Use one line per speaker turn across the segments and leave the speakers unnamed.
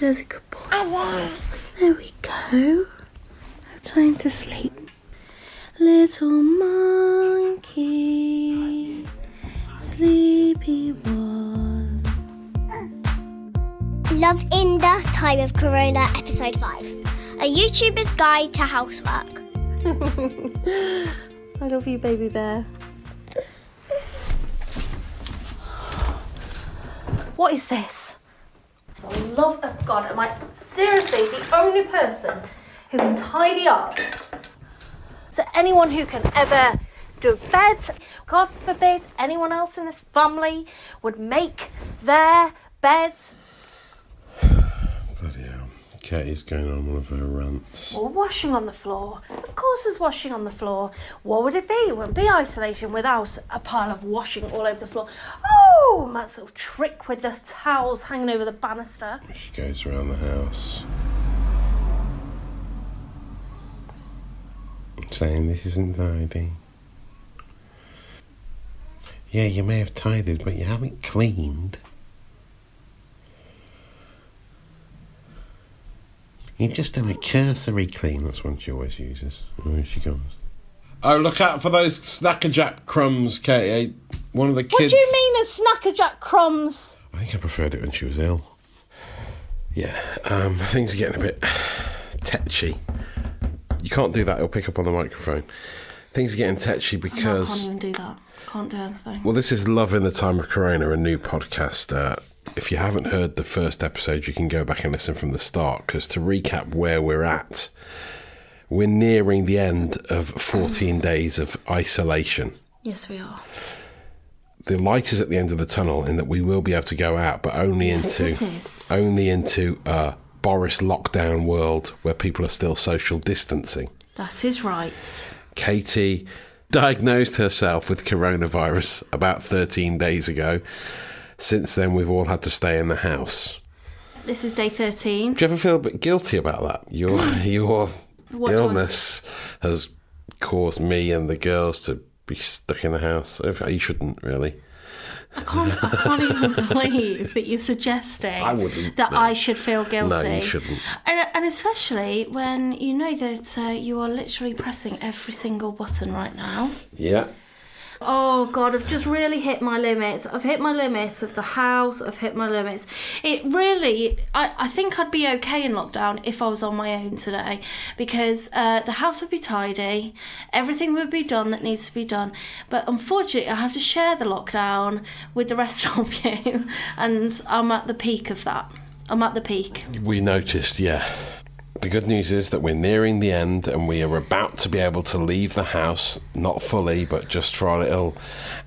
There's a good boy. There we go. Now time to sleep. Little monkey, sleepy one.
Love in the Time of Corona, Episode 5 A YouTuber's Guide to Housework.
I love you, baby bear. What is this? For the love of God, am I seriously the only person who can tidy up? So, anyone who can ever do a bed, God forbid, anyone else in this family would make their beds
Bloody hell. Katie's going on one of her rants.
or washing on the floor. Of course, there's washing on the floor. What would it be? It wouldn't be isolation without a pile of washing all over the floor. Oh, Matt's little trick with the towels hanging over the banister.
She goes around the house saying, This isn't tidy. Yeah, you may have tidied, but you haven't cleaned. You've just done a cursory clean. That's one she always uses. Oh, here she comes. Oh, look out for those snacker jack crumbs, Katie. One of the
What
kids.
do you mean there's snackerjack crumbs?
I think I preferred it when she was ill. Yeah, um, things are getting a bit tetchy. You can't do that, it'll pick up on the microphone. Things are getting tetchy because.
even do that. Can't do anything.
Well, this is Love in the Time of Corona, a new podcast. Uh, if you haven't heard the first episode, you can go back and listen from the start because to recap where we're at, we're nearing the end of 14 days of isolation.
Yes, we are.
The light is at the end of the tunnel in that we will be able to go out, but only into.
it is.
only into a Boris lockdown world where people are still social distancing.
That is right.
Katie diagnosed herself with coronavirus about 13 days ago. Since then, we've all had to stay in the house.
This is day 13.
Do you ever feel a bit guilty about that? Your your
What do I-
illness has caused me and the girls to be stuck in the house. You shouldn't really.
I can't, I can't even believe that you're suggesting
I wouldn't,
that
no.
I should feel guilty.
No, you shouldn't.
And, and especially when you know that uh, you are literally pressing every single button right now.
Yeah.
Oh God, I've just really hit my limits. I've hit my limits of the house. I've hit my limits. It really, I, I think I'd be okay in lockdown if I was on my own today because uh, the house would be tidy, everything would be done that needs to be done. But unfortunately, I have to share the lockdown with the rest of you, and I'm at the peak of that. I'm at the peak.
We noticed, yeah. The good news is that we're nearing the end and we are about to be able to leave the house, not fully, but just for our little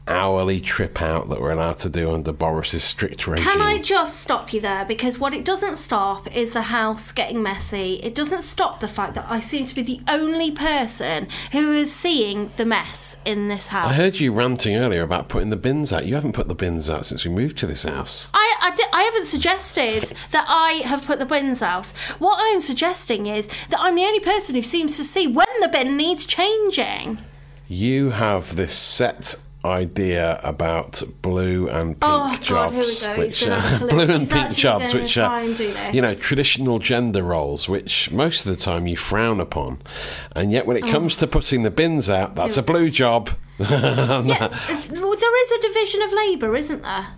hourly trip out that we're allowed to do under Boris's strict regime.
Can I just stop you there? Because what it doesn't stop is the house getting messy. It doesn't stop the fact that I seem to be the only person who is seeing the mess in this house.
I heard you ranting earlier about putting the bins out. You haven't put the bins out since we moved to this house.
I, I, di- I haven't suggested that I have put the bins out. What I'm suggesting is that I'm the only person who seems to see when the bin needs changing.
You have this set idea about blue and pink
Oh, God,
jobs,
here we go. He's
which
gonna
are
actually-
blue and
he's
pink
actually
jobs,
gonna
which
try
are
and do this.
you know traditional gender roles, which most of the time you frown upon, and yet when
Oh.
it comes to putting the bins out, that's a blue job.
Yeah, well, there is a division of labour, isn't there?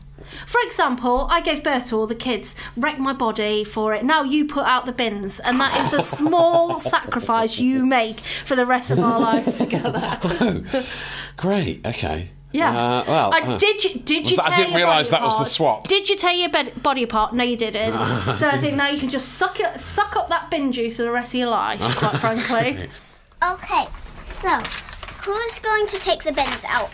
For example, I gave birth to all the kids, wrecked my body for it. Now you put out the bins, and that is a small sacrifice you make for the rest of our lives together.
Great. Okay.
Yeah.
Uh, well,
I,
uh,
did you did
was
you?
that- I
tear
didn't
your
realise
body
that was the
apart?
swap.
Did you tear your bed, body apart? No, you didn't. so I think now you can just suck it, suck up that bin juice for the rest of your life. Quite frankly,
Okay, so who's going to take the bins out?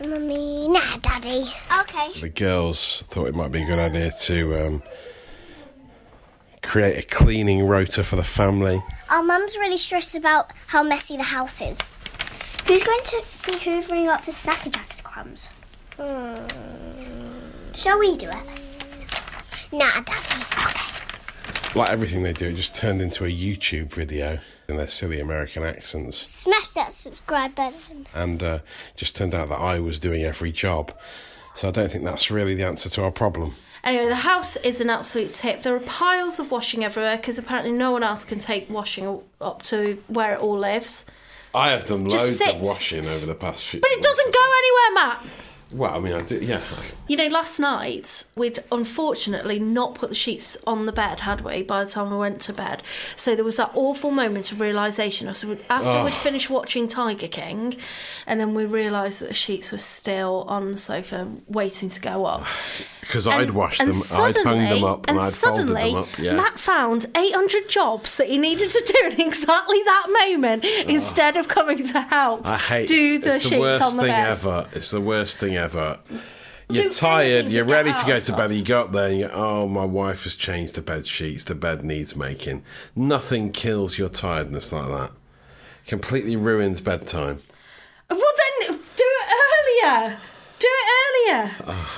Mummy, nah, Daddy. Okay.
the girls thought it might be a good idea to um, create a cleaning rota for the family.
Our mum's really stressed about how messy the house is. Who's going to be hoovering up the Snacker Jack's crumbs? Hmm. Shall we do it? Nah, Daddy. Okay.
Like everything they do, it just turned into a YouTube video in their silly American accents.
Smash that subscribe button.
and uh, just turned out that I was doing every job. So I don't think that's really the answer to our problem.
Anyway, the house is an absolute tip. There are piles of washing everywhere because apparently no one else can take washing up to where it all lives.
I have done
Just
loads
sits.
of washing over the past few.
But it doesn't go anywhere, Matt.
Well, I mean, I do. Yeah,
You know, last night we'd unfortunately not put the sheets on the bed, had we? By the time we went to bed, so there was that awful moment of realization. So after we'd finished watching Tiger King, and then we realised that the sheets were still on the sofa, waiting to go up.
because
And-
I'd washed
and
them, I'd hung them
suddenly-
up, and, I'd
suddenly,
folded them up. Yeah.
Matt found 800 jobs that he needed to do in exactly that moment instead of coming to help
Ah. I hate.
do the
it's
sheets
the worst
on the
thing
bed.
ever. It's the worst thing ever. You're
anything
tired.
to
You're
get
ready
out
to
of
go to
stuff.
bed. You go up there. and you go, Oh, my wife has changed the bed sheets. The bed needs making. Nothing kills your tiredness like that. Completely ruins bedtime.
Well, then do it earlier. Do it earlier.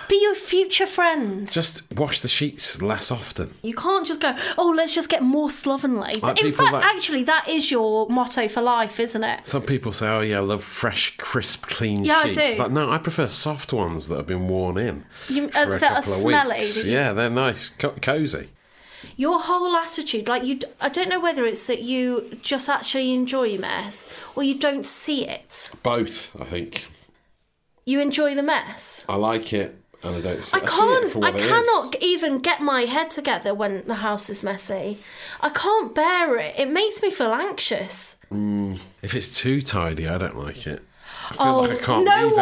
Be your future friend.
Ah. Just wash the sheets less often.
you can't just go, oh, let's just get more slovenly.
Like
In
people
fact,
that-
actually, that is your motto for life, isn't it?
Some people say, "Oh yeah, I love fresh, crisp, clean
Yeah, I
sheets."
do.
Like, no, I prefer soft ones that have been worn in
You-
for
uh,
a
that are
couple of
smelly,
weeks.
that you-
Yeah, they're nice, co- cozy.
Your whole attitude, like you, d- I don't know whether it's that you just actually enjoy your mess or you don't see it.
Both, I think.
You enjoy the mess.
I like it, and I don't. See,
I
see it
can't.
for
I
what it is.
cannot even get my head together when the house is messy. I can't bear it. It makes me feel anxious.
If it's too tidy, I don't like it. I feel
Oh,
like I can't.
no
leave it.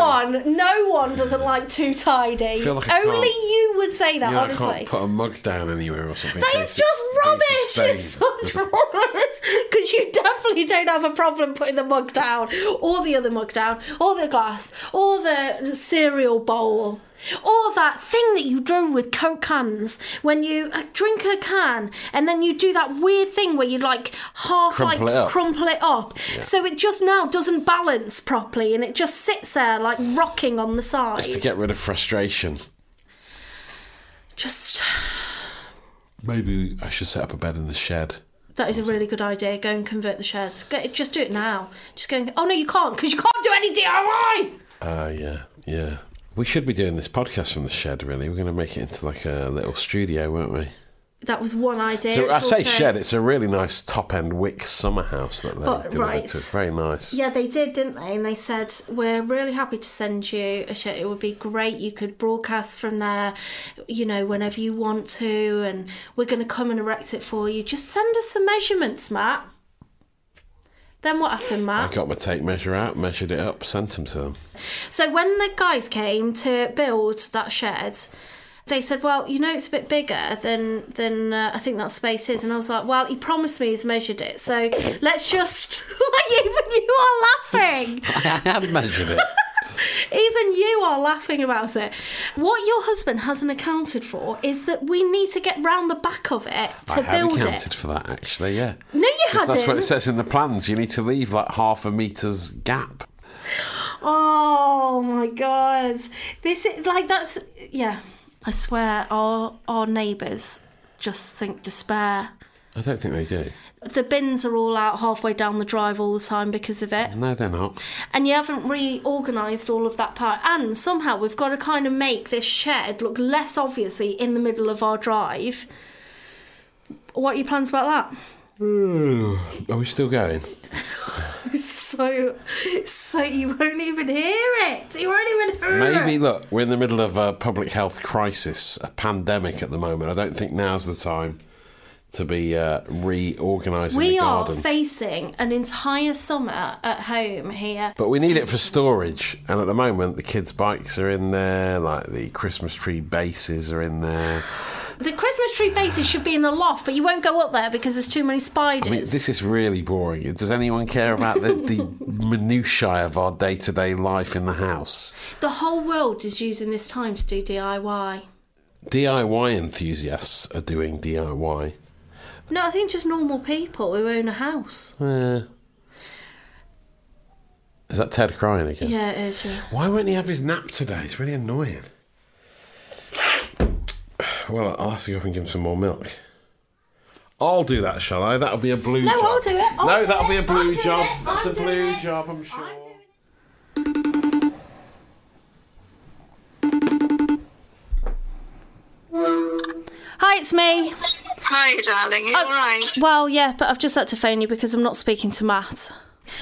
one, no one doesn't like too tidy.
feel like I can't-
Only you would say that,
You know, I
honestly.
can't put a mug down anywhere or something.
That
so
is
it's-
just
it's a
rubbish.
stain.
It's such rubbish because you definitely don't have a problem putting the mug down, or the other mug down, or the glass, or the cereal bowl, or that thing that you do with Coke cans when you uh, drink a can and then you do that weird thing where you like half
Crumple
like
it up.
crumple it up, so it just now doesn't balance properly and it just sits there like rocking on the side.
It's to get rid of frustration.
just
Maybe I should set up a bed in the shed.
That is a really good idea. Go and convert the sheds. Go, just do it now. Just go. And, oh no, you can't because you can't do any DIY.
Ah, yeah, yeah. We should be doing this podcast from the shed, really. We're going to make it into like a little studio, won't we?
That was one idea.
So I
It's
say
also-
shed. It's a really nice top-end wick summer house that they
But,
delivered
right.
to. It's very nice.
Yeah, they did, didn't they? And they said we're really happy to send you a shed. It would be great. You could broadcast from there, you know, whenever you want to, and we're going to come and erect it for you. Just send us the measurements, Matt. Then what happened, Matt?
I got my tape measure out, measured it up, sent them to them.
So when the guys came to build that shed, they said, "Well, you know, it's a bit bigger than than uh, I think that space is." And I was like, "Well, he promised me he's measured it, so let's just." like even you are laughing.
I had measured it.
Even you are laughing about it. What your husband hasn't accounted for is that we need to get round the back of it
I
to
had
build
accounted
it.
for that actually. Yeah.
No, you
'Cause That's what it
hadn't.
says in the plans. You need to leave like half a meter's gap.
Oh my god. This is like that's yeah. I swear our our neighbours just think despair.
I don't think they do.
The bins are all out halfway down the drive all the time because of it.
No, they're not.
And you haven't reorganised all of that part. And somehow we've got to kind of make this shed look less obviously in the middle of our drive. What are your plans about that?
Are we still going?
So, so you won't even hear it. You won't even hear it.
Maybe look, we're in the middle of a public health crisis, a pandemic at the moment. I don't think now's the time to be uh, reorganising the
We are
garden.
facing an entire summer at home here.
but we need it for storage, and at the moment, the kids' bikes are in there, like the Christmas tree bases are in there.
The Christmas tree bases should be in the loft, but you won't go up there because there's too many spiders.
I mean, this is really boring. Does anyone care about the, the minutiae of our day to day life in the house?
The whole world is using this time to do DIY.
DIY enthusiasts are doing DIY.
No, I think just normal people who own a house.
Eh. Is that Ted crying again?
Yeah, it is. Yeah.
Why won't he have his nap today? It's really annoying. Well, I'll have to go up and give him some more milk. I'll do that, shall I? That'll be a blue
No,
job.
I'll do it. I'll
no,
do
that'll
it.
be a blue
I'll do
job.
it.
That's
I'll
a
do
blue
it.
job, I'm sure.
Mummy,
Hi, it's me.
Hi, darling. Are
Oh,
you all right?
Well, yeah, but I've just had to phone you because I'm not speaking to Matt.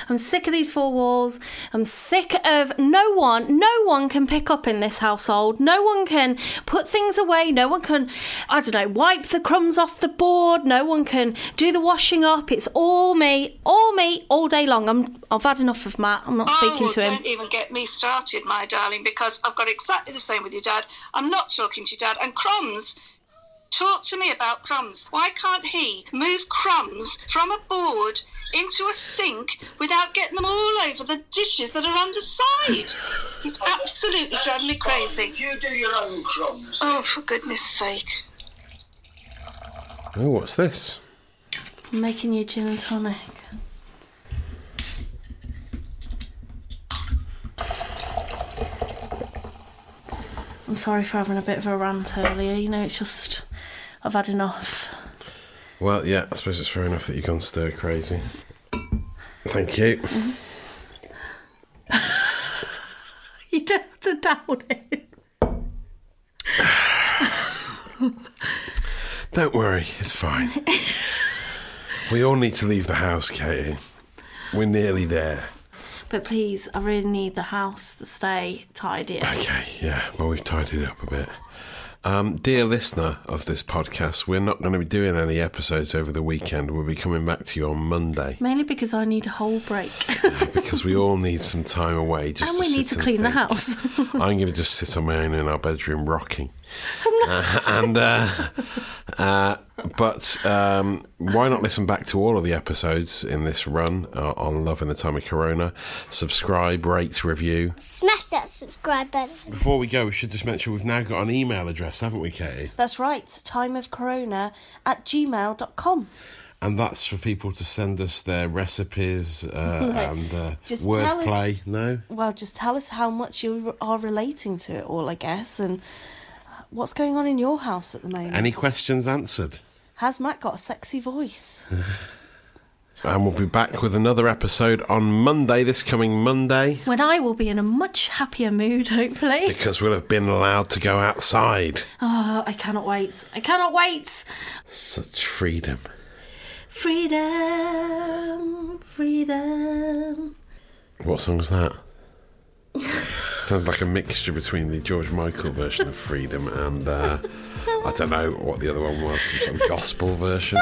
I'm sick of these four walls. I'm sick of no one, no one can pick up in this household. No one can put things away. No one can, I don't know, wipe the crumbs off the board. No one can do the washing up. It's all me, all me, all day long. I'm, I've had enough of Matt. I'm not speaking
oh,
to him.
Don't even get me started, my darling, because I've got exactly the same with your dad. I'm not talking to your dad. And crumbs. Talk to me about crumbs. Why can't he move crumbs from a board into a sink without getting them all over the dishes that are underside? He's absolutely driving me crazy.
You do your own crumbs.
Oh, for goodness sake.
Oh, what's this?
I'm making you gin and tonic. I'm sorry for having a bit of a rant earlier. You know, it's just I've had enough.
Well, yeah, I suppose it's fair enough that you've gone stir crazy. Thank you.
You don't have to doubt it.
Don't worry, it's fine. we all need to leave the house, Katie. We're nearly there.
But please, I really need the house to stay tidy.
Okay, yeah. Well, we've tidied up a bit. Um, dear listener of this podcast, we're not going to be doing any episodes over the weekend. We'll be coming back to you on Monday
Mainly because I need a whole break.
because we all need some time away. Just
and
to
we need
sit
to clean the
think.
house.
I'm going to just sit on my own in our bedroom rocking. Uh, and uh, uh, but um, why not listen back to all of the episodes in this run uh, on Love in the Time of Corona? Subscribe, rate, review.
Smash that subscribe button.
Before we go, we should just mention we've now got an email address, haven't we, Katie?
That's right, timeofcorona at gmail.com.
And that's for people to send us their recipes uh, and uh,
Just tell us-
wordplay. No,
Well, just tell us how much you are relating to it all, I guess, and what's going on in your house at the moment.
any questions answered?
Has Matt got a sexy voice?
And we'll be back with another episode on Monday, this coming Monday.
When I will be in a much happier mood, hopefully.
because we'll have been allowed to go outside.
Oh, I cannot wait. I cannot wait.
Such freedom.
Freedom, freedom.
What song's that? Sounds like a mixture between the George Michael version of Freedom and uh, I don't know what the other one was, some sort of gospel version.